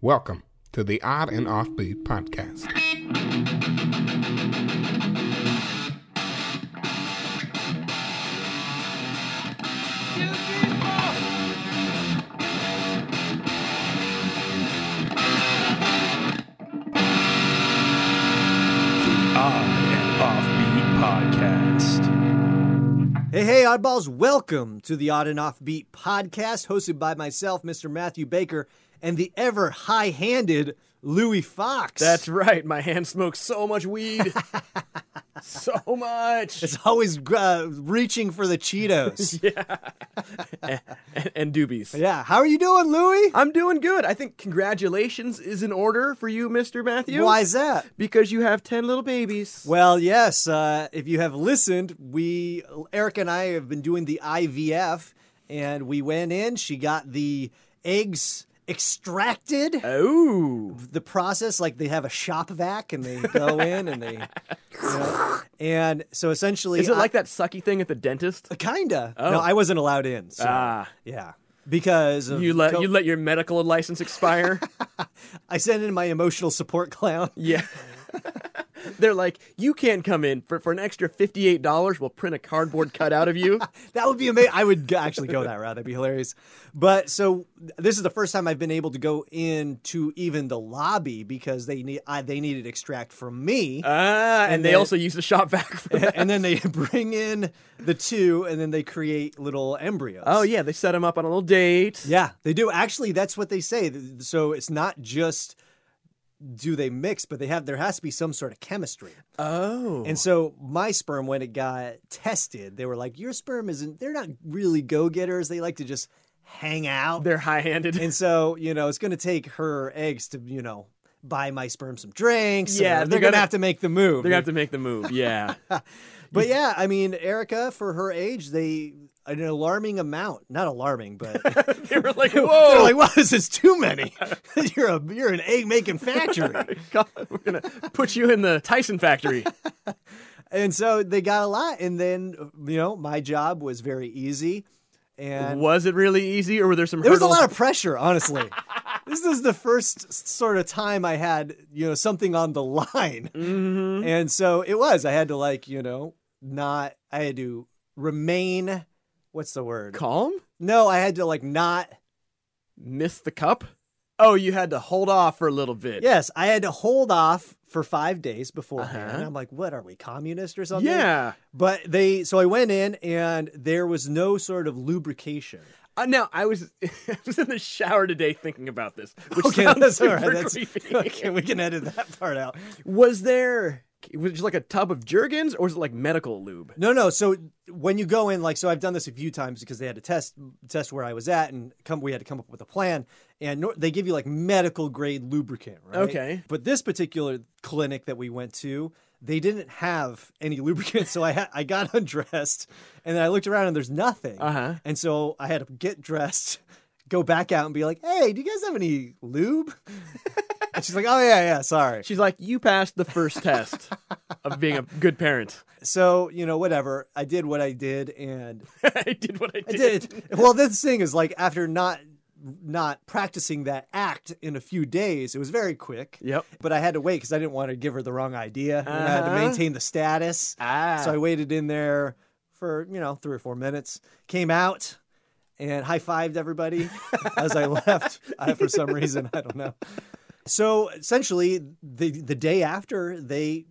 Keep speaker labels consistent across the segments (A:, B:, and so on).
A: Welcome to the Odd and Offbeat podcast.
B: Odd and Offbeat Podcast.
C: Hey, hey, oddballs, welcome to the Odd and Offbeat podcast hosted by myself, Mr. Matthew Baker, and the ever high handed Louis Fox.
D: That's right. My hand smokes so much weed. so much.
C: It's always uh, reaching for the Cheetos. yeah.
D: And, and doobies.
C: How are you doing, Louis?
D: I'm doing good. I think congratulations is in order for you, Mr. Matthew.
C: Why is that?
D: Because you have 10 little babies.
C: Well, yes, uh, if you have listened, we, Eric and I have been doing the IVF, and we went in, she got the eggs extracted.
D: Oh.
C: the process like they have a shop vac and they go in and they you know, and so essentially
D: Is it
C: I-
D: like that sucky thing at the dentist?
C: kinda no i wasn't allowed in so,
D: Ah.
C: yeah because of
D: You let
C: co-
D: you let your medical license expire?
C: i sent in my emotional support clown
D: yeah. They're like, you can't come in for, for an extra fifty-eight dollars. We'll print a cardboard cutout of you.
C: that would be amazing i would g- actually go that route that'd be hilarious but so this is the first time i've been able to go into even the lobby because they need I, they needed extract from me
D: Ah, and,
C: And
D: they
C: then-
D: also use the shop vac. For that.
C: and then they bring in the two and then they create little embryos
D: Oh yeah, they set him up on a little date.
C: Yeah, they do. Actually, that's what they say. Th- So it's not just do they mix, but they have there has to be some sort of chemistry.
D: Oh.
C: And so my sperm, when it got tested, they were like, "Your sperm isn't. They're not really go getters. They like to just hang out."
D: They're high-handed.
C: and so you know, it's going to take her eggs to you know buy my sperm some drinks. or
D: Yeah, they're
C: they're, going to
D: gonna-
C: have to make the move.
D: They're gonna have to make the move. Yeah.
C: But yeah, I mean, Erica, for her age, they an alarming amount. Not alarming, but.
D: they were like,
C: They're
D: "Whoa,
C: like, wow, this is too many. you're a you're an egg making factory.
D: God, we're gonna put you in the Tyson factory."
C: and so they got a lot. And then you know, my job was very easy. And
D: Was it really easy, or were there some?
C: there was a
D: hurdles?
C: lot of pressure, honestly. this is the first s- sort of time I had, you know, something on the line.
D: Mm-hmm.
C: And so it was. I had to like, you know, not I had to remain what's the word?
D: calm.
C: No, I had to like not
D: Miss the cup. Oh, you had to hold off for a little bit.
C: Yes, I had to hold off for five days beforehand.
D: Uh-huh.
C: I'm like, what are we, communist or something?
D: Yeah.
C: But they, so I went in and there was no sort of lubrication.
D: Uh, now I was I was in the shower today thinking about this, which
C: Okay,
D: sounds
C: that's all
D: super
C: right. That's,
D: creepy.
C: okay, we can edit that part out.
D: Was there was it just like a tub of Jergens, or was it like medical lube?
C: No, no. So when you go in, like, so I've done this a few times because they had to test test where I was at, and come we had to come up with a plan. And nor- they give you like medical grade lubricant, right?
D: Okay.
C: But this particular clinic that we went to, they didn't have any lubricant, so I had I got undressed, and then I looked around and there's nothing.
D: Uh-huh.
C: And so I had to get dressed, go back out, and be like, "Hey, do you guys have any lube?" and she's like, "Oh yeah, yeah, sorry."
D: She's like, "You passed the first test of being a good parent."
C: So you know, whatever. I did what I did, and
D: I did what I
C: I
D: did.
C: did. Well, this thing is like after not not practicing that act in a few days, it was very quick.
D: Yep.
C: But I had to wait because I didn't want to give her the wrong idea. And I had to
D: Uh-huh.
C: maintain the status.
D: Ah.
C: So I waited in there for you know three or four minutes. Came out and high fived everybody as I left I, for some reason. I don't know. So essentially, the the day after they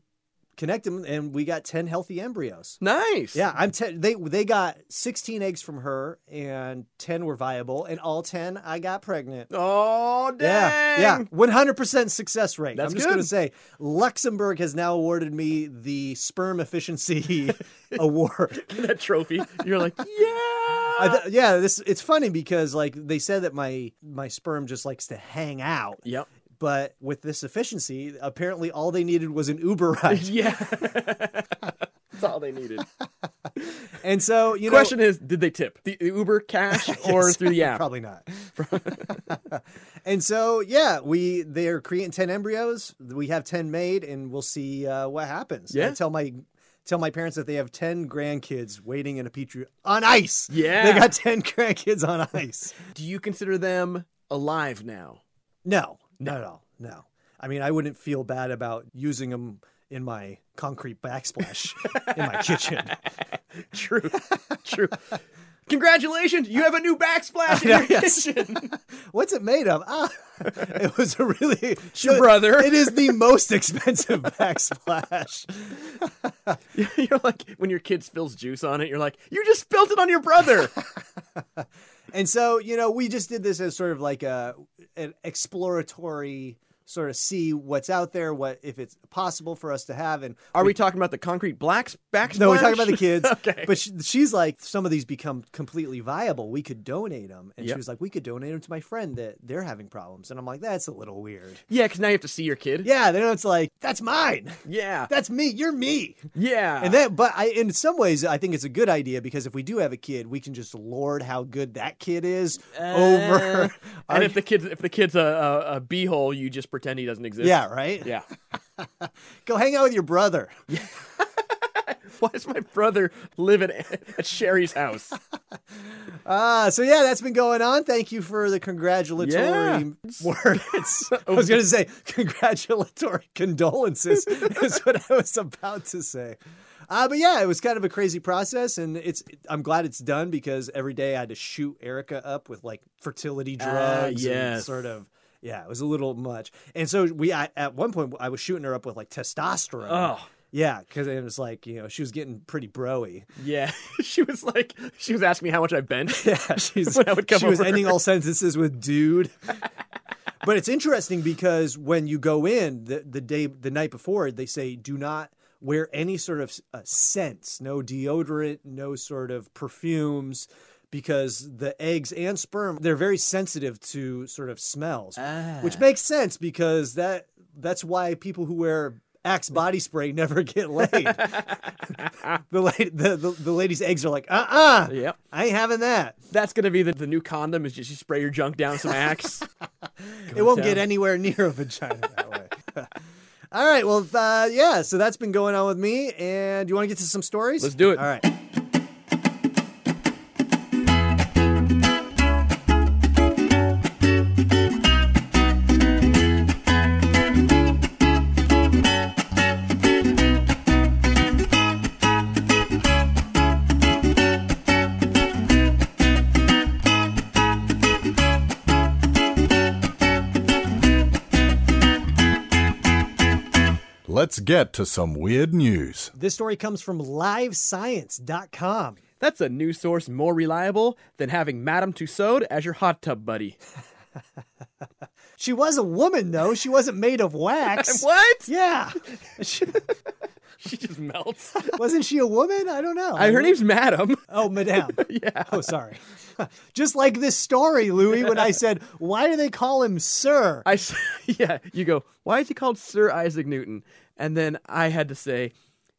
C: connect them, and we got ten healthy embryos.
D: nice.
C: Yeah, I'm te- they they got 16 eggs from her and 10 were viable and all 10 I got pregnant.
D: Oh dang.
C: Yeah. Yeah, 100% success rate.
D: That's
C: I'm just
D: good.
C: going to say Luxembourg has now awarded me the sperm efficiency award.
D: That trophy. You're like, yeah.
C: I th- yeah, this it's funny because like they said that my my sperm just likes to hang out.
D: yep.
C: But with this efficiency, apparently all they needed was an Uber ride.
D: Yeah. That's all they needed.
C: And so, you know,
D: Question is, did they tip the the Uber cash or
C: Yes,
D: through the app?
C: Probably not. and so, yeah, we they're creating ten embryos. We have ten made, and we'll see uh, what happens.
D: Yeah.
C: I tell my tell my parents that they have ten grandkids waiting in a petri on ice.
D: Yeah.
C: they got ten grandkids on ice.
D: Do you consider them alive now?
C: No, Not at all. No. I mean, I wouldn't feel bad about using them in my concrete backsplash in my kitchen.
D: True. True. Congratulations, you have a new backsplash in your
C: Yes.
D: kitchen.
C: What's it made of? Ah, it was a really
D: your brother.
C: It is the most expensive backsplash.
D: you're like when your kid spills juice on it, you're like, you just spilled it on your brother.
C: And so, you know, we just did this as sort of like a an exploratory sort of see what's out there, what if it's possible for us to have and
D: Are we talking about the concrete blacks backsplash?
C: No, we're talking about the kids.
D: okay.
C: But she, she's like, some of these become completely viable. We could donate them. And she
D: Yep.
C: was like, we could donate them to my friend that they're having problems. And I'm like, that's a little weird.
D: yeah, because now you have to see your kid.
C: Yeah. Then it's like, that's mine.
D: Yeah.
C: That's me. You're me.
D: Yeah.
C: And then, but I, in some ways, I think it's a good idea because if we do have a kid, we can just lord how good that kid is
D: Uh,
C: over. our-
D: and if the kid's if the kid's a, a, a beehole, you just pretend he doesn't exist.
C: yeah, right?
D: Yeah.
C: Go hang out with your brother.
D: Why does my brother live at, at Sherry's house?
C: Ah, so yeah, that's been going on. Thank you for the congratulatory
D: Yeah.
C: words. I was going to say congratulatory condolences is what I was about to say. Uh, but yeah, it was kind of a crazy process, and it's I'm glad it's done because every day I had to shoot Erica up with like fertility drugs, and
D: Ah, yes.
C: sort of. Yeah, it was a little much, and so we I, at one point I was shooting her up with like testosterone.
D: Oh.
C: Yeah, because it was like you know she was getting pretty broy.
D: Yeah. she was like, she was asking me how much I bench.
C: Yeah, she's,
D: When I would come
C: she was
D: over.
C: ending all sentences with dude. but it's interesting because when you go in the, the day, the night before, they say do not wear any sort of uh, scents, no deodorant, no sort of perfumes. Because the eggs and sperm, they're very sensitive to sort of smells,
D: Ah.
C: which makes sense because that that's why people who wear Axe body spray never get laid. the, lady, the, the the lady's eggs are like, uh uh
D: Yep.
C: I ain't having that.
D: That's gonna be the, the new condom is just you spray your junk down some axe.
C: it won't
D: down.
C: get anywhere near a vagina that way. All right. Well, uh, yeah. So that's been going on with me. And you want to get to some stories?
D: Let's do it.
C: All right.
E: Let's get to some weird news.
C: This story comes from livescience.com.
D: That's a news source more reliable than having Madame Tussaud as your hot tub buddy.
C: She was a woman, though. She wasn't made of wax.
D: What?
C: Yeah. She-
D: She just melts.
C: wasn't she a woman? I don't know.
D: I, her name's Madame.
C: Oh, madame. yeah. Oh, sorry. Just like this story, Louis, when I said, why do they call him sir?
D: I s- yeah, you go, why is he called Sir Isaac Newton? And then I had to say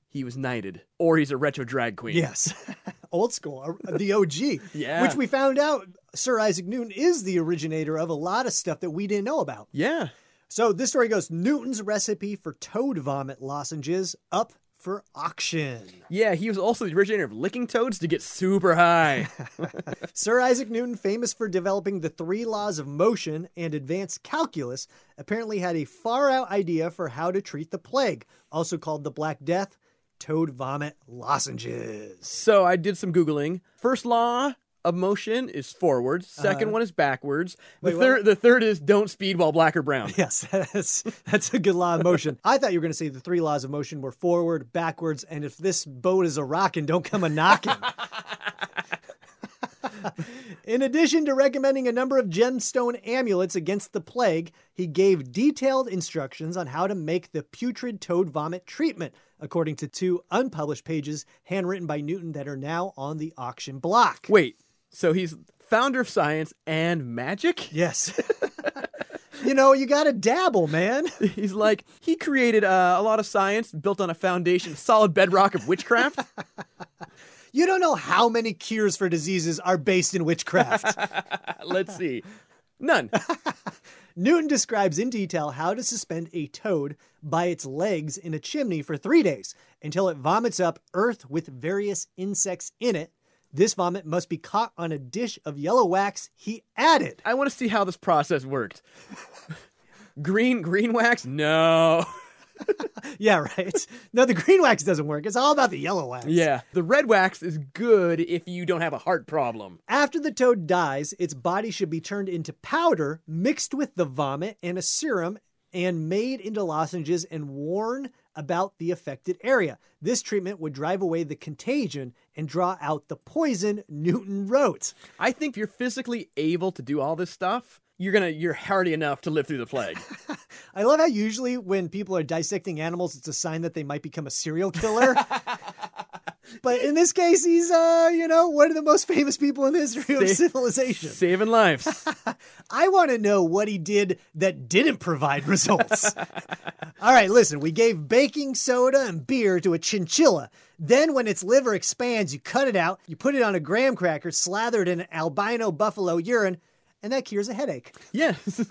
D: he was knighted or he's a retro drag queen.
C: Yes. Old school, uh, the OG.
D: Yeah.
C: Which we found out Sir Isaac Newton is the originator of a lot of stuff that we didn't know about.
D: Yeah.
C: So this story goes Newton's recipe for toad vomit lozenges up for auction.
D: Yeah, he was also the originator of licking toads to get super high.
C: Sir Isaac Newton, famous for developing the three laws of motion and advanced calculus, apparently had a far out idea for how to treat the plague, also called the Black Death, toad vomit lozenges.
D: so I did some Googling. First law of motion is forwards, 2nd one is backwards. The,
C: Uh-huh. Wait, what?
D: third, the third is don't speed while black or brown.
C: Yes, that's that's a good law of motion. I thought you were going to say the three laws of motion were forward, backwards, and if this boat is a rockin', don't come a knockin'. In addition to recommending a number of gemstone amulets against the plague, he gave detailed instructions on how to make the putrid toad vomit treatment, according to two unpublished pages handwritten by Newton that are now on the auction block.
D: Wait, so he's founder of science and magic?
C: Yes. you know, you got to dabble, man.
D: He's like, he created uh, a lot of science built on a foundation, solid bedrock of witchcraft.
C: You don't know how many cures for diseases are based in witchcraft.
D: Let's see. None.
C: Newton describes in detail how to suspend a toad by its legs in a chimney for three days until it vomits up earth with various insects in it. This vomit must be caught on a dish of yellow wax, he added.
D: I want to see how this process worked. Green green wax? No.
C: Yeah, right. No, the green wax doesn't work. It's all about the yellow wax.
D: Yeah. The red wax is good if you don't have a heart problem.
C: After the toad dies, its body should be turned into powder mixed with the vomit and a serum and made into lozenges and worn about the affected area. This treatment would drive away the contagion and draw out the poison Newton wrote.
D: I think if you're physically able to do all this stuff, you're gonna you're hardy enough to live through the plague.
C: I love how usually when people are dissecting animals, it's a sign that they might become a serial killer. but in this case, he's, uh, you know, one of the most famous people in the history of
D: Sa-
C: civilization.
D: Saving lives.
C: I want to know what he did that didn't provide results. All right, listen, we gave baking soda and beer to a chinchilla. Then, when its liver expands, you cut it out, you put it on a graham cracker slathered in albino buffalo urine, and that cures a headache.
D: Yes.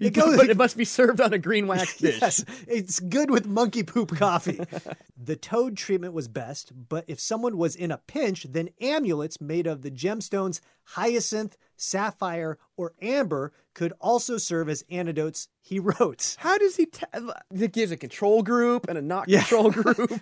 C: It
D: but it must be served on a green wax dish.
C: Yes, it's good with monkey poop coffee. the toad treatment was best, but if someone was in a pinch, then amulets made of the gemstones hyacinth, sapphire, or amber could also serve as antidotes, he wrote.
D: How does he? T- it gives a control group and a not
C: Yeah.
D: control group.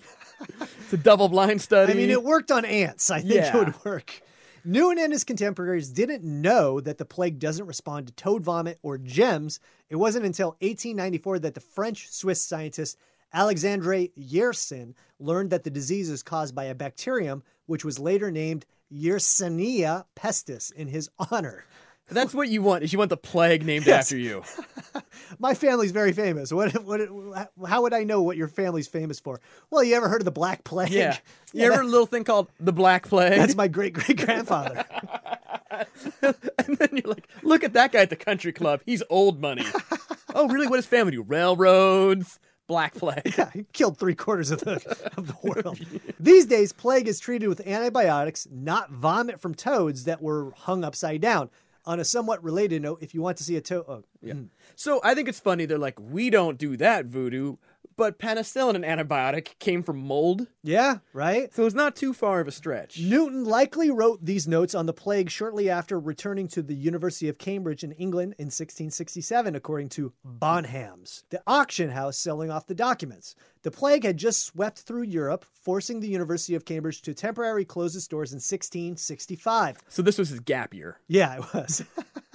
D: it's a double blind study.
C: I mean, it worked on ants. I think
D: Yeah.
C: it would work. Newton and his contemporaries didn't know that the plague doesn't respond to toad vomit or gems. It wasn't until 1894 that the French Swiss scientist Alexandre Yersin learned that the disease is caused by a bacterium, which was later named Yersinia pestis in his honor.
D: that's what you want. Is you want the plague named after you?
C: My family's very famous. What, what, how would I know what your family's famous for? Well, you ever heard of the Black Plague?
D: Yeah. You
C: Yeah,
D: ever
C: that-
D: a little thing called the Black Plague?
C: that's my great great grandfather.
D: and then you're like, look at that guy at the country club. He's old money. oh, really? What does family do? Railroads, Black Plague.
C: Yeah, he killed three quarters of the of the world. These days, plague is treated with antibiotics, not vomit from toads that were hung upside down. On a somewhat related note, if you want to see a toad, oh,
D: So I think it's funny. They're like, we don't do that voodoo, but penicillin, an antibiotic, came from mold.
C: yeah, right.
D: So it's not too far of a stretch.
C: Newton likely wrote these notes on the plague shortly after returning to the University of Cambridge in England in 1667, according to Bonhams, the auction house selling off the documents. The plague had just swept through Europe, forcing the University of Cambridge to temporarily close its doors in 1665.
D: So this was his gap year.
C: Yeah, it was.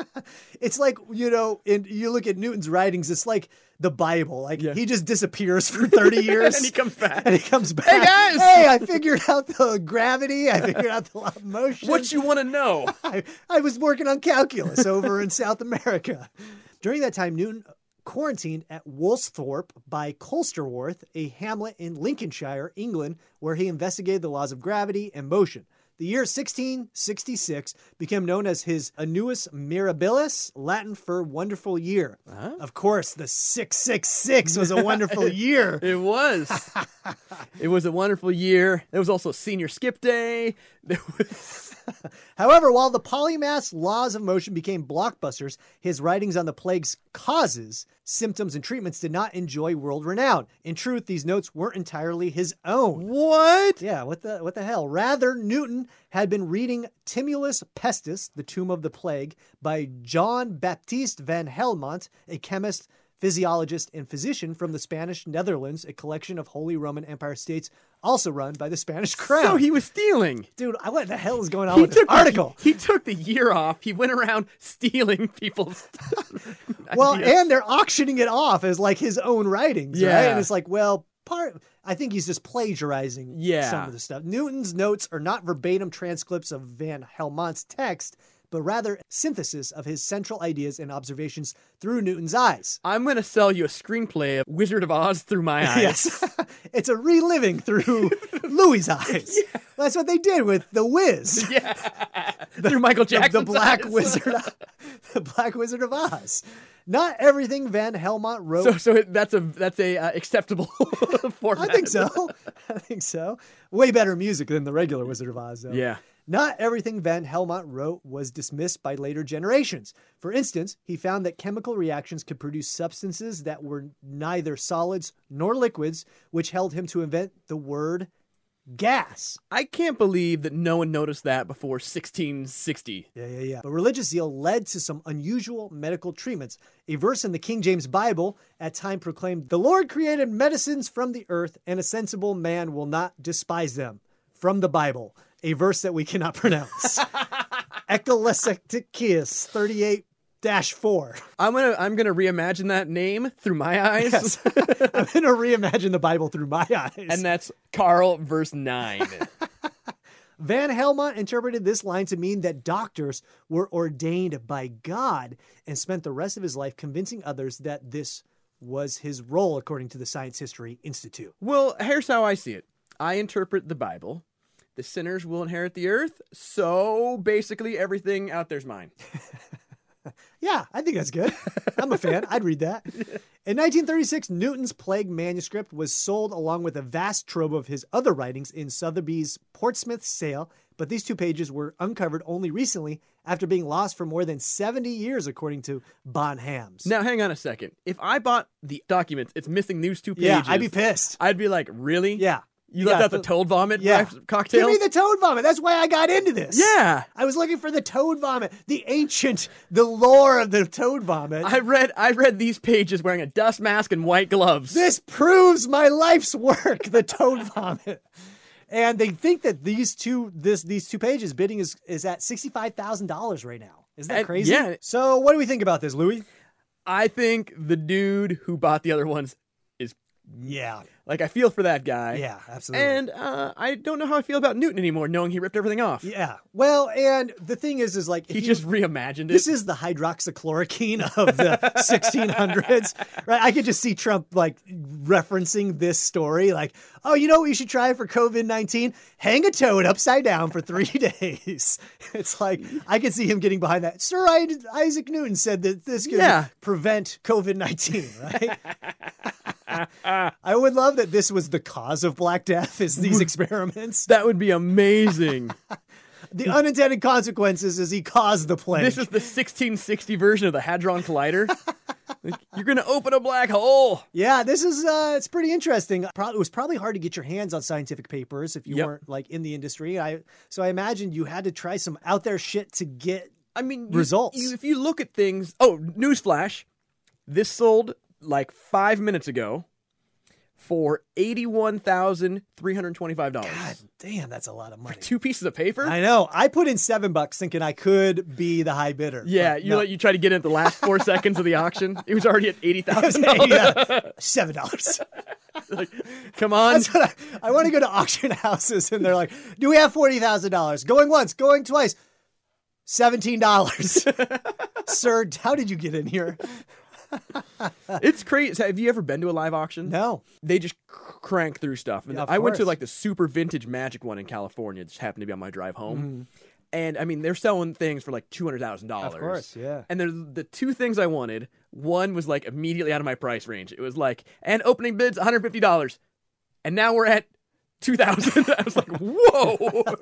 C: it's like, you know, and you look at Newton's writings, it's like the Bible. Like he just disappears for 30 years.
D: And he comes back.
C: And he comes back.
D: guys!
C: Hey, I figured out the gravity. I figured out the law of motion.
D: What you want to know?
C: I, I was working on calculus over in South America. During that time, Newton quarantined at Woolsthorpe by Colsterworth, a hamlet in Lincolnshire, England, where he investigated the laws of gravity and motion. The year 1666 became known as his Annuus Mirabilis, Latin for wonderful year. Of course, the 666 was a wonderful year.
D: It was. it was a wonderful year. There was also senior skip day. There was
C: However, while the polymath's laws of motion became blockbusters, his writings on the plague's causes, symptoms, and treatments did not enjoy world renown. In truth, these notes weren't entirely his own.
D: what?
C: Yeah, what the what the hell? Rather, Newton had been reading Timulus Pestis, The Tomb of the Plague, by John Baptiste van Helmont, a chemist, physiologist, and physician from the Spanish Netherlands, a collection of Holy Roman Empire states also run by the Spanish crown.
D: So he was stealing.
C: Dude, I- what the hell is going on
D: He
C: with this
D: took
C: article?
D: He, took the year off. He went around stealing people's.
C: Well,
D: ideas.
C: and they're auctioning it off as like his own writings, right?
D: Yeah.
C: And it's like, well, part I think he's just plagiarizing
D: Yeah.
C: some of the stuff. Newton's notes are not verbatim transcripts of Van Helmont's text, but rather synthesis of his central ideas and observations through Newton's eyes.
D: I'm gonna sell you a screenplay of Wizard of Oz through my eyes.
C: Yes. it's a reliving through Louis' eyes. That's what they did with The Wiz.
D: through Michael
C: the- the
D: Jackson.
C: Black Wizard, the Black Wizard of Oz. Not everything Van Helmont wrote.
D: So, so it- that's a that's a uh, acceptable format.
C: I think so. I think so. Way better music than the regular Wizard of Oz, though.
D: Yeah.
C: Not everything Van Helmont wrote was dismissed by later generations. For instance, he found that chemical reactions could produce substances that were neither solids nor liquids, which held him to invent the word gas.
D: I can't believe that no one noticed that before 1660.
C: Yeah, yeah, yeah. But religious zeal led to some unusual medical treatments. A verse in the King James Bible at time proclaimed, "The Lord created medicines from the earth, and a sensible man will not despise them." From the Bible, a verse that we cannot pronounce. Ecclesiasticus 38 4.
D: I'm gonna I'm gonna reimagine that name through my eyes,
C: Yes. I'm going to reimagine the Bible through my eyes.
D: and that's Carl verse nine.
C: Van Helmont interpreted this line to mean that doctors were ordained by God and spent the rest of his life convincing others that this was his role, according to the Science History Institute.
D: well, here's how I see it. I interpret the Bible. The sinners will inherit the earth, so basically everything out there's mine.
C: Yeah, I think that's good. I'm a fan. I'd read that. In 1936, Newton's Plague manuscript was sold along with a vast trove of his other writings in Sotheby's Portsmouth sale, but these two pages were uncovered only recently after being lost for more than 70 years, according to Bonhams.
D: Now, hang on a second. If I bought the documents, it's missing these two pages.
C: yeah, I'd be pissed.
D: I'd be like, really?
C: Yeah.
D: You left
C: Yeah,
D: out the
C: the-
D: toad vomit
C: Yeah.
D: ref- cocktail.
C: Give me the toad vomit. That's why I got into this.
D: yeah.
C: I was looking for the toad vomit, the ancient, the lore of the toad vomit.
D: I read I read these pages wearing a dust mask and white gloves.
C: this proves my life's work, the toad vomit. And they think that these two this these two pages bidding is is at $65,000 right now. Isn't that
D: And-
C: crazy?
D: yeah.
C: So what do we think about this, Louis?
D: I think the dude who bought the other ones is
C: Yeah.
D: like I feel for that guy.
C: Yeah, absolutely.
D: And uh, I don't know how I feel about Newton anymore, knowing he ripped everything off.
C: yeah. Well, and the thing is is like if
D: He
C: you-
D: just reimagined it.
C: This is the hydroxychloroquine of the 1600s, right? I could just see Trump like referencing this story, like, oh, you know what you should try for COVID 19? Hang a toad upside down for three days. It's like, I could see him getting behind that. Sir I- Isaac Newton said that this could
D: Yeah.
C: prevent COVID 19, right? I would love that this was the cause of Black Death, is these experiments.
D: that would be amazing.
C: The unintended consequences is he caused the plague.
D: this is the 1660 version of the Hadron Collider. Like, You're gonna open a black hole.
C: Yeah, this is uh, it's pretty interesting. Pro- it was probably hard to get your hands on scientific papers if you
D: Yep.
C: weren't like in the industry. I so I imagine you had to try some out there shit to get.
D: I mean, you-
C: Results.
D: You, if you look at things, oh, newsflash, this sold like five minutes ago for eighty-one thousand three hundred twenty-five
C: God
D: dollars.
C: damn, that's a lot of money.
D: Two pieces of paper.
C: I know. I put in seven bucks thinking I could be the high bidder.
D: yeah,
C: but
D: you
C: no.
D: like you try to get in at the last four seconds of the auction. It was already at eighty thousand.
C: Yeah, seven dollars.
D: Come on,
C: That's what I, I want to go to auction houses and they're like, do we have forty thousand dollars? Going once, going twice, seventeen dollars. Sir, how did you get in here?
D: it's crazy. Have you ever been to a live auction?
C: No.
D: They just cr- crank through stuff. And
C: Yeah, of
D: I went to
C: course.
D: like the super vintage magic one in California. It just happened to be on my drive home. And I mean, they're selling things for like two hundred thousand dollars.
C: Of course, yeah.
D: And there's the two things I wanted. One was like immediately out of my price range. It was like, and opening bids one hundred fifty dollars, and now we're at two thousand. I was like, whoa.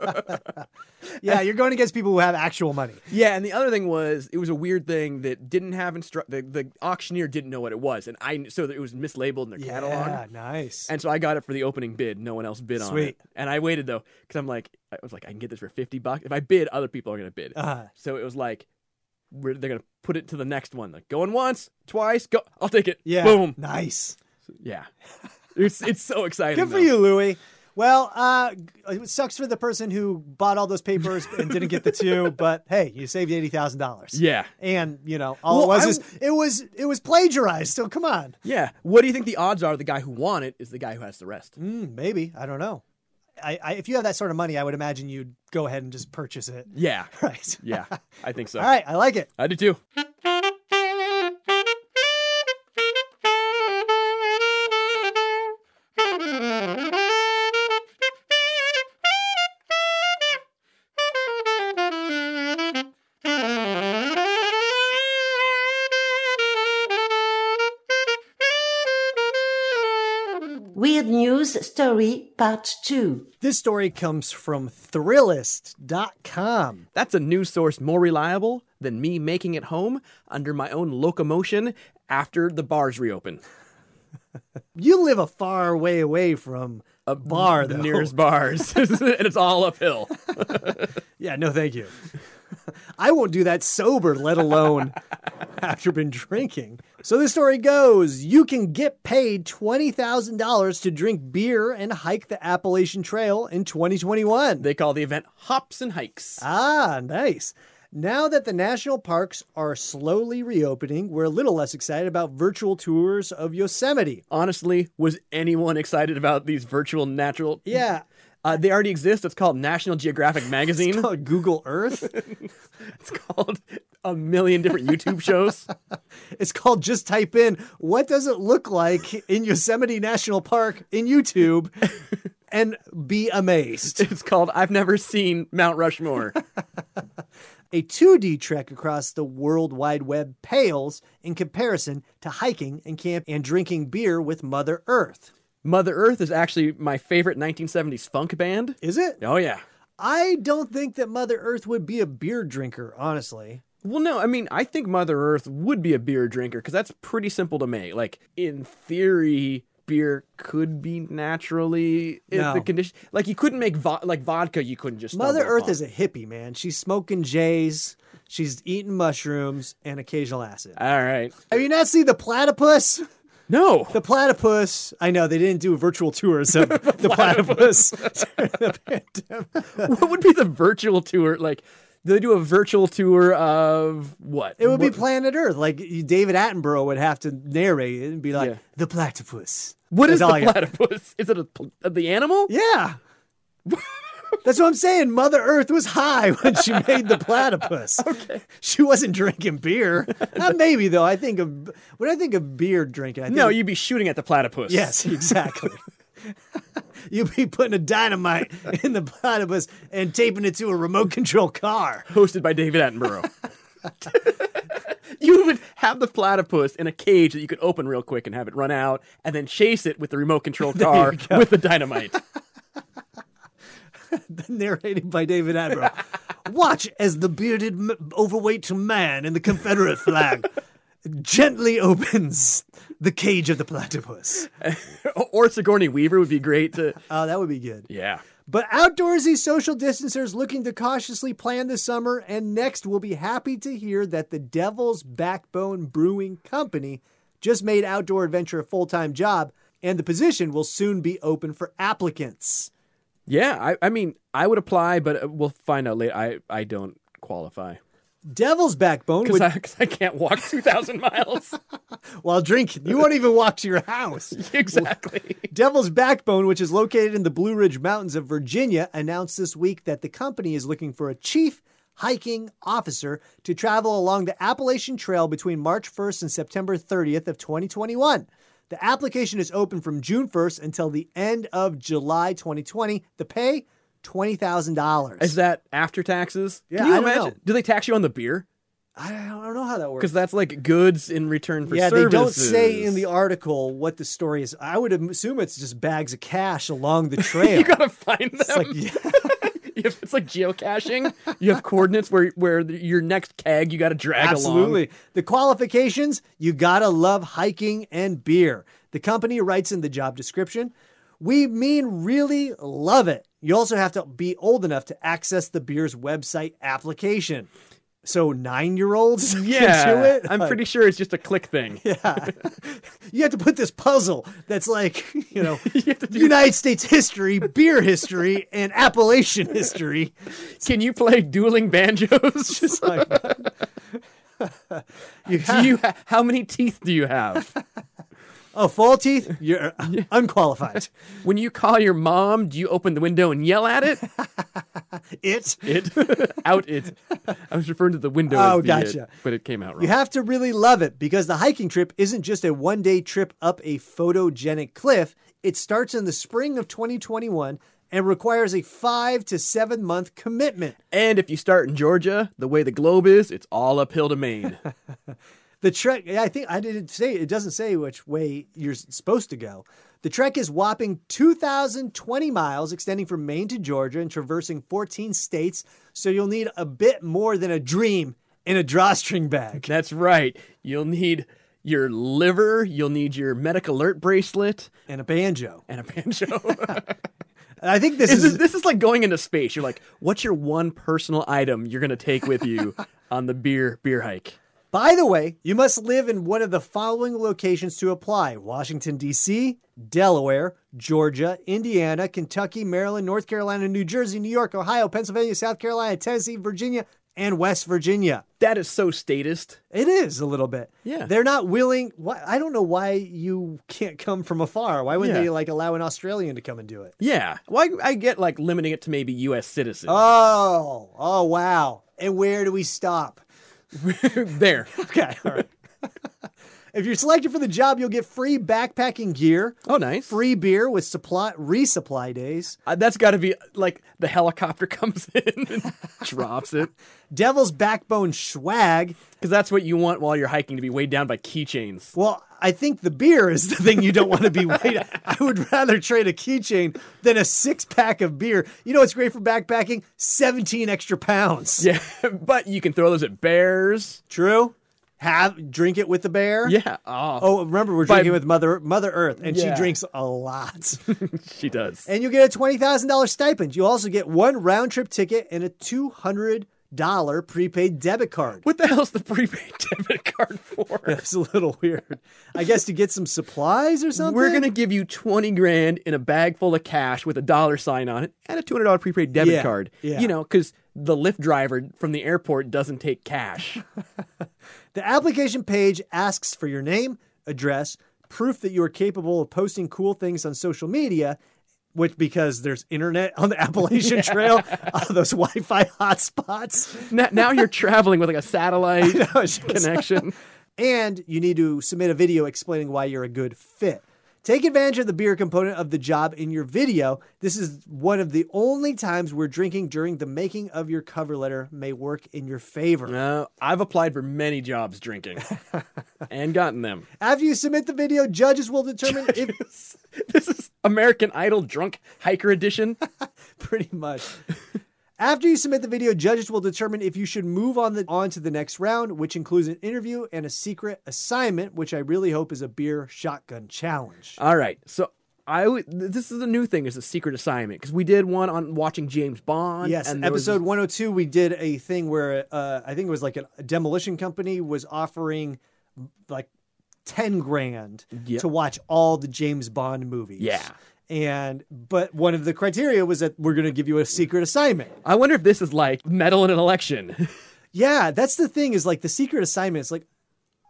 C: Yeah, you're going against people who have actual money.
D: yeah. And the other thing was, it was a weird thing that didn't have instru- the, the auctioneer didn't know what it was, and I so that it was mislabeled in their catalog.
C: Yeah, nice.
D: And so I got it for the opening bid. No one else bid on it.
C: Sweet.
D: And I waited though, because I'm like, I was like, I can get this for fifty bucks. If I bid, other people are gonna bid.
C: Uh-huh.
D: So it was like, we're, they're gonna put it to the next one. Like going once, twice, go. I'll take it.
C: yeah,
D: Boom.
C: nice.
D: Yeah. It's it's so exciting.
C: Good for
D: though.
C: you, Louis. Well, uh, it sucks for the person who bought all those papers and didn't get the two, but hey, you saved eighty thousand dollars.
D: Yeah.
C: and you know, all it
D: Well,
C: was
D: I
C: is it was it was plagiarized. So come on,
D: Yeah. What do you think the odds are? The guy who won it is the guy who has the rest.
C: Hmm, maybe I don't know. I, I, if you have that sort of money, I would imagine you'd go ahead and just purchase it.
D: Yeah.
C: Right.
D: Yeah. I think so.
C: All right, I like it.
D: I do too.
F: Weird News Story Part 2.
C: This story comes from Thrillist.com.
D: That's a news source more reliable than me making it home under my own locomotion after the bars reopen.
C: You live a far way away from a bar,
D: the
C: though.
D: nearest bars, and it's all uphill.
C: Yeah, no, thank you. I won't do that sober, let alone after been drinking. So this story goes: you can get paid twenty thousand dollars to drink beer and hike the Appalachian Trail in 2021.
D: They call the event Hops and Hikes.
C: Ah, nice. Now that the national parks are slowly reopening, we're a little less excited about virtual tours of Yosemite.
D: Honestly, was anyone excited about these virtual natural?
C: Yeah.
D: Uh, they already exist. It's called National Geographic Magazine.
C: Oh, Google Earth.
D: It's called a million different YouTube shows.
C: It's called just type in what does it look like in Yosemite National Park in YouTube and be amazed.
D: It's called I've Never Seen Mount Rushmore.
C: A 2D trek across the World Wide Web pales in comparison to hiking and camp and drinking beer with Mother Earth.
D: Mother Earth is actually my favorite 1970s funk band.
C: Is it?
D: Oh, yeah.
C: I don't think that Mother Earth would be a beer drinker, honestly.
D: Well, no, I mean, I think Mother Earth would be a beer drinker because that's pretty simple to make. Like, in theory, beer could be naturally if
C: No.
D: the condition. Like, you couldn't make vo- like vodka. You couldn't just
C: Mother
D: stumble
C: Earth
D: upon.
C: is a hippie, man. She's smoking J's, she's eating mushrooms and occasional acid.
D: All right.
C: Have you not seen the platypus?
D: No,
C: The platypus. I know they didn't do virtual tours of the platypus. during the pandemic.
D: what would be the virtual tour? Like, do they do a virtual tour of what?
C: It would be
D: What-
C: Planet Earth. Like you- David Attenborough would have to narrate it and be like,
D: Yeah.
C: "The platypus."
D: What is
C: That's
D: the
C: all I got.
D: platypus? Is it a, pl- the animal?
C: Yeah. That's what I'm saying. Mother Earth was high when she made the platypus. okay. She wasn't drinking beer. Uh, maybe though. I think of when I think of beer drinking. I think
D: No,
C: of-
D: you'd be shooting at the platypus.
C: Yes, exactly. You'd be putting a dynamite in the platypus and taping it to a remote control car.
D: Hosted by David Attenborough. you would have the platypus in a cage that you could open real quick and have it run out and then chase it with the remote control car with the dynamite.
C: narrated by David Attenborough. Watch as the bearded, m- overweight man in the Confederate flag gently opens the cage of the platypus.
D: or Sigourney Weaver would be great to.
C: Oh, that would be good.
D: Yeah.
C: But outdoorsy social distancers looking to cautiously plan this summer and next will be happy to hear that the Devil's Backbone Brewing Company just made outdoor adventure a full time job, and the position will soon be open for applicants.
D: Yeah. I, I mean, I would apply, but uh, we'll find out later. I, I don't qualify
C: Devil's Backbone
D: because
C: would,
D: I, 'cause I can't walk 2,000 miles.
C: while drinking, you won't even walk to your house.
D: exactly.
C: Devil's Backbone, which is located in the Blue Ridge Mountains of Virginia, announced this week that the company is looking for a chief hiking officer to travel along the Appalachian Trail between March 1st and September 30th of 2021. The application is open from June 1st until the end of July 2020. The pay $20,000.
D: Is that after taxes?
C: Yeah,
D: Can you
C: I don't
D: imagine?
C: know.
D: Do they tax you on the beer?
C: I don't I don't know how that works.
D: Because that's like goods in return for
C: yeah,
D: services.
C: they don't say in the article what the story is. I would assume it's just bags of cash along the trail.
D: You gotta find them.
C: it's like, yeah.
D: You have- it's like geocaching. you have coordinates where where the- your next keg you gotta drag
C: Absolutely.
D: along.
C: The qualifications you gotta love hiking and beer. The company writes in the job description we mean really love it. You also have to be old enough to access the beer's website application. So nine year olds
D: Yeah,
C: can do it.
D: I'm
C: Like,
D: pretty sure it's just a click thing.
C: Yeah. you have to put this puzzle that's like, you know,
D: have to do-
C: United States history, beer history, and Appalachian history.
D: Can you play dueling banjos? Just like, do you ha- how many teeth do you have?
C: Oh, fall teeth? You're unqualified.
D: when you call your mom, do you open the window and yell at it?
C: It.
D: It out it. I was referring to the window.
C: Oh,
D: as the
C: gotcha.
D: It, but it came out wrong.
C: You have to really love it because the hiking trip isn't just a one day trip up a photogenic cliff. It starts in the spring of 2021 and requires a five to seven month commitment.
D: And if you start in Georgia, the way the globe is, it's all uphill to Maine.
C: The trek, I think I didn't say, it doesn't say which way you're s- supposed to go. The trek is whopping 2,020 miles, extending from Maine to Georgia and traversing 14 states. So you'll need a bit more than a dream in a drawstring bag.
D: That's right. You'll need your liver. You'll need your medic alert bracelet
C: and a banjo.
D: and a banjo.
C: And I think this
D: this
C: is,
D: is this is like going into space. You're like, what's your one personal item you're gonna take with you on the beer beer hike?
C: By the way, you must live in one of the following locations to apply Washington, D.C., Delaware, Georgia, Indiana, Kentucky, Maryland, North Carolina, New Jersey, New York, Ohio, Pennsylvania, South Carolina, Tennessee, Virginia, and West Virginia.
D: That is so statist.
C: It is a little bit.
D: Yeah.
C: They're not willing. Why, I don't know why you can't come from afar. Why wouldn't
D: Yeah.
C: they like allow an Australian to come and do it?
D: Yeah. Well, I, I get like limiting it to maybe U.S. citizens.
C: Oh, oh, wow. And where do we stop?
D: there.
C: Okay. All right. if you're selected for the job, you'll get free backpacking gear.
D: Oh, nice.
C: free beer with supply resupply days,
D: Uh, that's got to be like the helicopter comes in and drops it
C: Devil's Backbone swag.
D: because that's what you want while you're hiking to be weighed down by keychains.
C: Well, I think the beer is the thing you don't want to be waiting. I would rather trade a keychain than a six pack of beer. You know what's great for backpacking? 17 extra pounds.
D: Yeah, but you can throw those at bears.
C: True. Have drink it with the bear.
D: Yeah. Oh,
C: Oh, remember we're drinking with Mother Mother Earth, and
D: Yeah.
C: she drinks a lot.
D: she does.
C: and you get a twenty thousand dollars stipend. You also get one round trip ticket and a two hundred dollar prepaid debit card.
D: What the hell's the prepaid debit card for?
C: It's a little weird. I guess to get some supplies or something.
D: We're gonna give you twenty grand in a bag full of cash with a dollar sign on it and a two hundred dollar prepaid debit
C: Yeah,
D: card.
C: yeah.
D: You know, because the Lyft driver from the airport doesn't take cash.
C: The application page asks for your name, address, proof that you are capable of posting cool things on social media, which because there's internet on the Appalachian Trail, uh, those Wi-Fi hotspots,
D: now, now you're traveling with like a satellite connection.
C: and you need to submit a video explaining why you're a good fit. Take advantage of the beer component of the job in your video. This is one of the only times where drinking during the making of your cover letter may work in your favor.
D: No, I've applied for many jobs drinking and gotten them.
C: After you submit the video, judges will determine if
D: This is American Idol drunk hiker edition.
C: pretty much. After you submit the video, judges will determine if you should move on the on to the next round, which includes an interview and a secret assignment, which I really hope is a beer shotgun challenge.
D: All right, so I w- th- this is a new thing is a secret assignment because we did one on watching James Bond.
C: Yes,
D: and there was-
C: episode 102, we did a thing where uh, I think it was like a demolition company was offering like 10 grand
D: Yep.
C: to watch all the James Bond movies.
D: Yeah.
C: And but one of the criteria was that we're going to give you a secret assignment.
D: I wonder if this is like medal in an election.
C: Yeah, that's the thing is like the secret assignment is like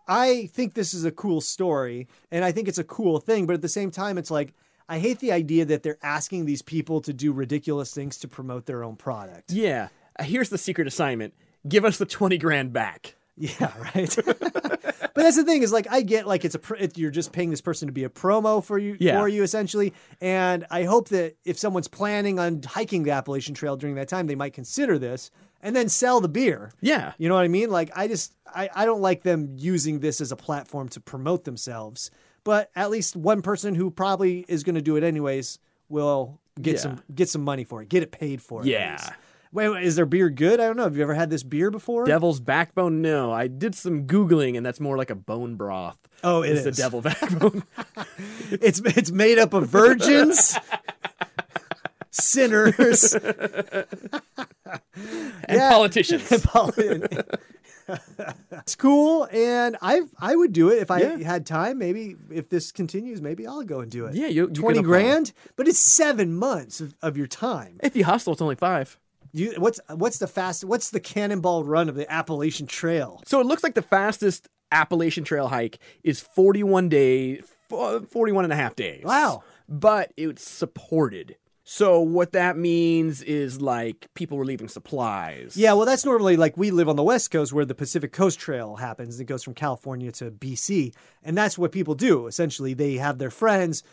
C: I think this is a cool story and I think it's a cool thing, but at the same time it's like I hate the idea that they're asking these people to do ridiculous things to promote their own product.
D: Yeah. Uh, Here's the secret assignment. Give us the 20 grand back.
C: Yeah, right. but that's the thing is like I get like it's a pr- it, you're just paying this person to be a promo for you
D: Yeah.
C: for you essentially, and I hope that if someone's planning on hiking the Appalachian Trail during that time, they might consider this and then sell the beer.
D: Yeah.
C: You know what I mean? Like I just I, I don't like them using this as a platform to promote themselves. But at least one person who probably is going to do it anyways will get
D: Yeah.
C: some get some money for it, get it paid for. at
D: Yeah.
C: least. Wait, wait, is their beer good? I don't know. Have you ever had this beer before?
D: Devil's backbone? No. I did some Googling and that's more like a bone broth.
C: Oh, it
D: it's the
C: is.
D: devil backbone.
C: It's it's made up of virgins, sinners,
D: and
C: Yeah.
D: politicians.
C: and poly- it's cool, and I I would do it if I had time. Maybe if this continues, maybe I'll go and do it.
D: Yeah, you- you can
C: twenty
D: apply.
C: grand, but it's seven months of, of your time.
D: if you hustle, it's only five.
C: You what's what's the fast? What's the cannonball run of the Appalachian Trail?
D: So it looks like the fastest Appalachian Trail hike is 41 days, 41 and a half days.
C: Wow.
D: But it's supported. So what that means is like people were leaving supplies.
C: Yeah, well, that's normally like we live on the West Coast where the Pacific Coast Trail happens. It goes from California to BC. And that's what people do. Essentially, they have their friends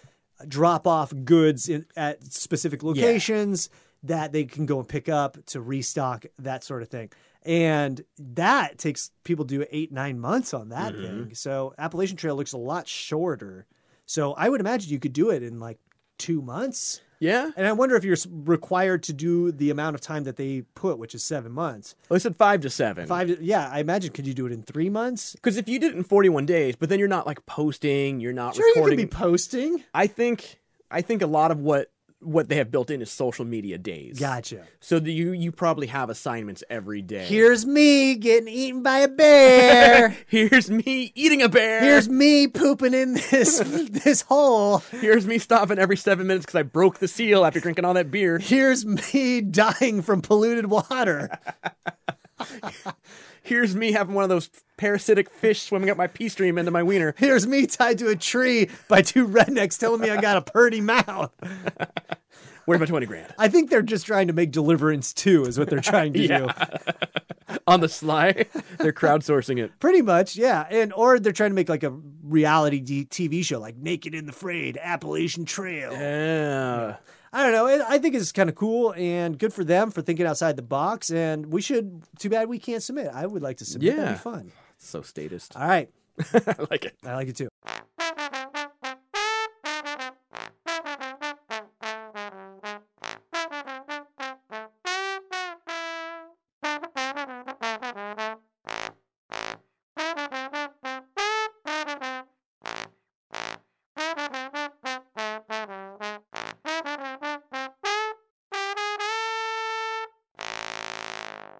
C: drop off goods in, at specific locations that they can go and pick up to restock, that sort of thing. And that takes people do eight, nine months on that thing. So, Appalachian Trail looks a lot shorter. So, I would imagine you could do it in like two months.
D: Yeah.
C: And I wonder if you're s- required to do the amount of time that they put, which is seven months.
D: Well, it said five to seven.
C: Five, to, yeah, I imagine could you do it in three months?
D: Because if you did it in 41 days, but then you're not like posting, you're not
C: Sure,
D: recording.
C: you could be posting.
D: I think I think a lot of what what they have built in is social media days.
C: Gotcha.
D: So the, you you probably have assignments every day.
C: Here's me getting eaten by a bear.
D: Here's me eating a bear.
C: Here's me pooping in this this hole.
D: Here's me stopping every seven minutes because I broke the seal after drinking all that beer.
C: Here's me dying from polluted water.
D: Here's me having one of those parasitic fish swimming up my pee stream into my wiener.
C: Here's me tied to a tree by two rednecks telling me I got a purty mouth.
D: Where's my 20 grand?
C: I think they're just trying to make deliverance too, is what they're trying to do.
D: On the sly, they're crowdsourcing it.
C: Pretty much, yeah. And or they're trying to make like a reality D- TV show, like Naked in the Frayed, Appalachian Trail.
D: Yeah.
C: I don't know. It, I think it's kind of cool and good for them for thinking outside the box. And we should. Too bad we can't submit. I would like to submit. That'd
D: Yeah.
C: be fun.
D: So statist.
C: All right,
D: I like it.
C: I like it too.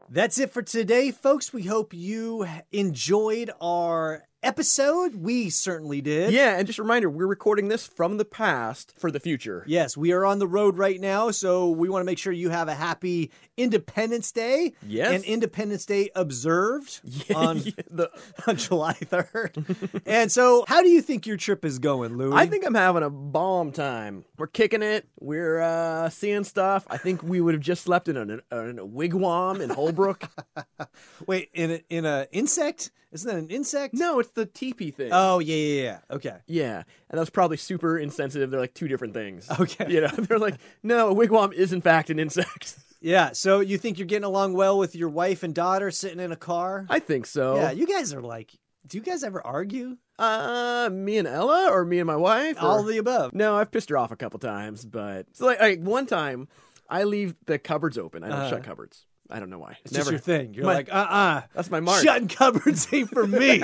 C: That's it for today, folks. We hope you enjoyed our episode. We certainly did.
D: Yeah, and just a reminder, we're recording this from the past for the future.
C: Yes, we are on the road right now, so we want to make sure you have a happy Independence Day.
D: Yes.
C: And Independence Day observed
D: Yeah,
C: on,
D: yeah, the-
C: on July 3rd. and so, how do you think your trip is going, Louis?
D: I think I'm having a bomb time. We're kicking it. We're uh, seeing stuff. I think we would have just slept in an, an, a wigwam in Holbrook.
C: Wait, in a, in a insect? Isn't that an insect?
D: no, it's the teepee thing.
C: Oh, yeah, yeah, yeah. Okay.
D: Yeah, and that was probably super insensitive. They're like two different things.
C: Okay.
D: You know, they're like, no, a wigwam is in fact an insect.
C: Yeah, so you think you're getting along well with your wife and daughter sitting in a car?
D: I think so.
C: Yeah, you guys are like, do you guys ever argue?
D: Uh, me and Ella, or me and my wife,
C: All
D: or-
C: of the above.
D: No, I've pissed her off a couple times, but so like, like one time, I leave the cupboards open. I don't
C: Uh-huh.
D: shut cupboards. I don't know why.
C: It's
D: Never.
C: just your thing. You're
D: My-
C: like, uh uh
D: That's my mark.
C: Shutting cupboards ain't for me.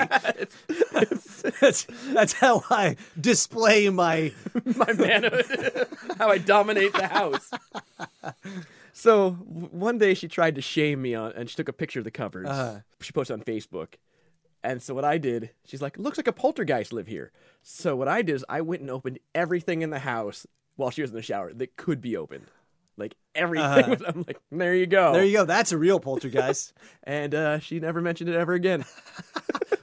C: that's, that's how I display my.
D: my manhood, how I dominate the house. So w- one day she tried to shame me on, and she took a picture of the cupboards.
C: Uh-huh.
D: She posted on Facebook, and so what I did, she's like, "Looks like a poltergeist live here." So what I did is I went and opened everything in the house while she was in the shower that could be opened, like everything.
C: Uh-huh.
D: was- I'm like, "There you go."
C: There you go. That's a real poltergeist.
D: and uh, she never mentioned it ever again.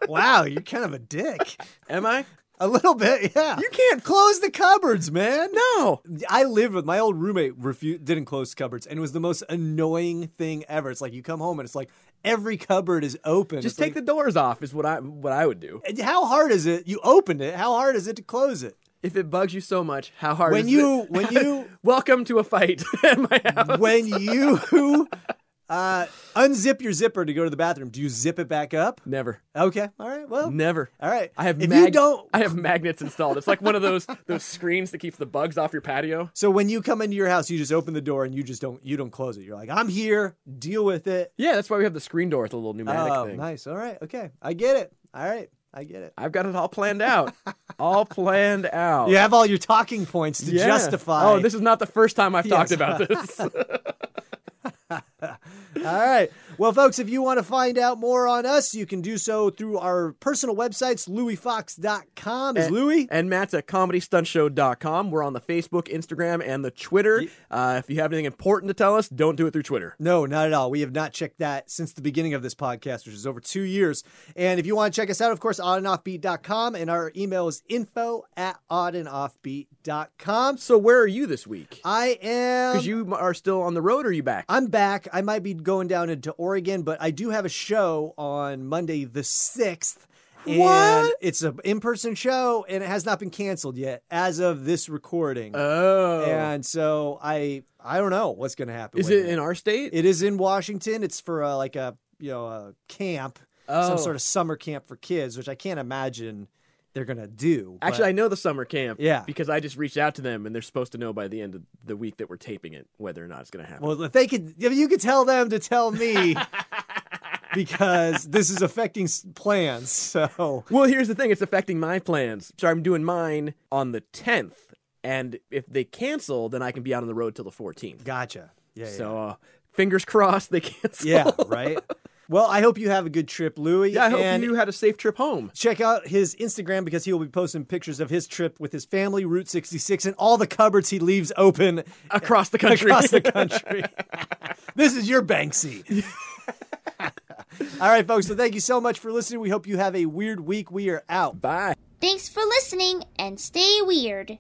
C: wow, you're kind of a dick.
D: Am I?
C: A little bit, yeah.
D: You can't.
C: close the cupboards, man.
D: No.
C: I lived with my old roommate refu- didn't close cupboards and it was the most annoying thing ever. It's like you come home and it's like every cupboard is open.
D: Just take the doors off is what I what I would do.
C: the How hard is it? You opened it. How hard is it to close it?
D: If it bugs you so much, how hard
C: When
D: is
C: you-
D: it?
C: when you-
D: welcome to a fight at my house.
C: when you uh, unzip your zipper to go to the bathroom, do you zip it back up?
D: Never,
C: Okay. All right. Well,
D: never.
C: all right.
D: I have
C: If
D: mag-
C: you don't,
D: I have magnets installed. It's like one of those those screens that keeps the bugs off your patio.
C: so when you come into your house, you just open the door and you just don't you don't close it. You're like, I'm here. Deal with it.
D: Yeah, that's why we have the screen door with a little pneumatic
C: Oh,
D: thing.
C: nice. All right. Okay. I get it. All right. I get it.
D: I've got it all planned out, all planned out.
C: You have all your talking points to
D: Yeah.
C: justify.
D: Oh, this is not the first time I've talked
C: Yes.
D: about this.
C: All right. Well, folks, if you want to find out more on us, you can do so through our personal websites, louiefox.com. Is
D: And-
C: Louie?
D: And Matt's at comedystuntshow.com. We're on the Facebook, Instagram, and the Twitter. Uh, if you have anything important to tell us, don't do it through Twitter.
C: No, not at all. We have not checked that since the beginning of this podcast, which is over two years. And if you want to check us out, of course, onandoffbeat.com. And our email is info at onandoffbeat.com.
D: So where are you this week?
C: I am.
D: Because you m- are still on the road, or are you back?
C: I'm back. Um, I might be going down into Oregon, but I do have a show on Monday the 6th. And
D: What?
C: It's an in person show, and it has not been canceled yet as of this recording.
D: oh.
C: And so I I don't know what's going to happen.
D: is
C: with
D: it in our state?
C: It is in Washington. It's for a,
D: Oh.
C: like a you know a camp, some sort of summer camp for kids, which I can't imagine they're gonna do. but-
D: Actually, I know the summer camp.
C: Yeah.
D: Because I just reached out to them and they're supposed to know by the end of the week that we're taping it whether or not it's going to happen.
C: well, if they could, if you could tell them to tell me, because this is affecting s- plans. So
D: Well, here's the thing it's affecting my plans. So I'm doing mine on the 10th. And if they cancel, then I can be out on the road till the 14th.
C: gotcha. Yeah. yeah.
D: So uh, fingers crossed they cancel.
C: Yeah, right. Well, I hope you have a good trip, Louis.
D: Yeah, I hope
C: and
D: you had a safe trip home.
C: Check out his Instagram because he will be posting pictures of his trip with his family, Route 66, and all the cupboards he leaves open
D: Across the country.
C: across the country. this is your Banksy. all right, folks. So thank you so much for listening. We hope you have a weird week. We are out.
D: Bye.
G: Thanks for listening and stay weird.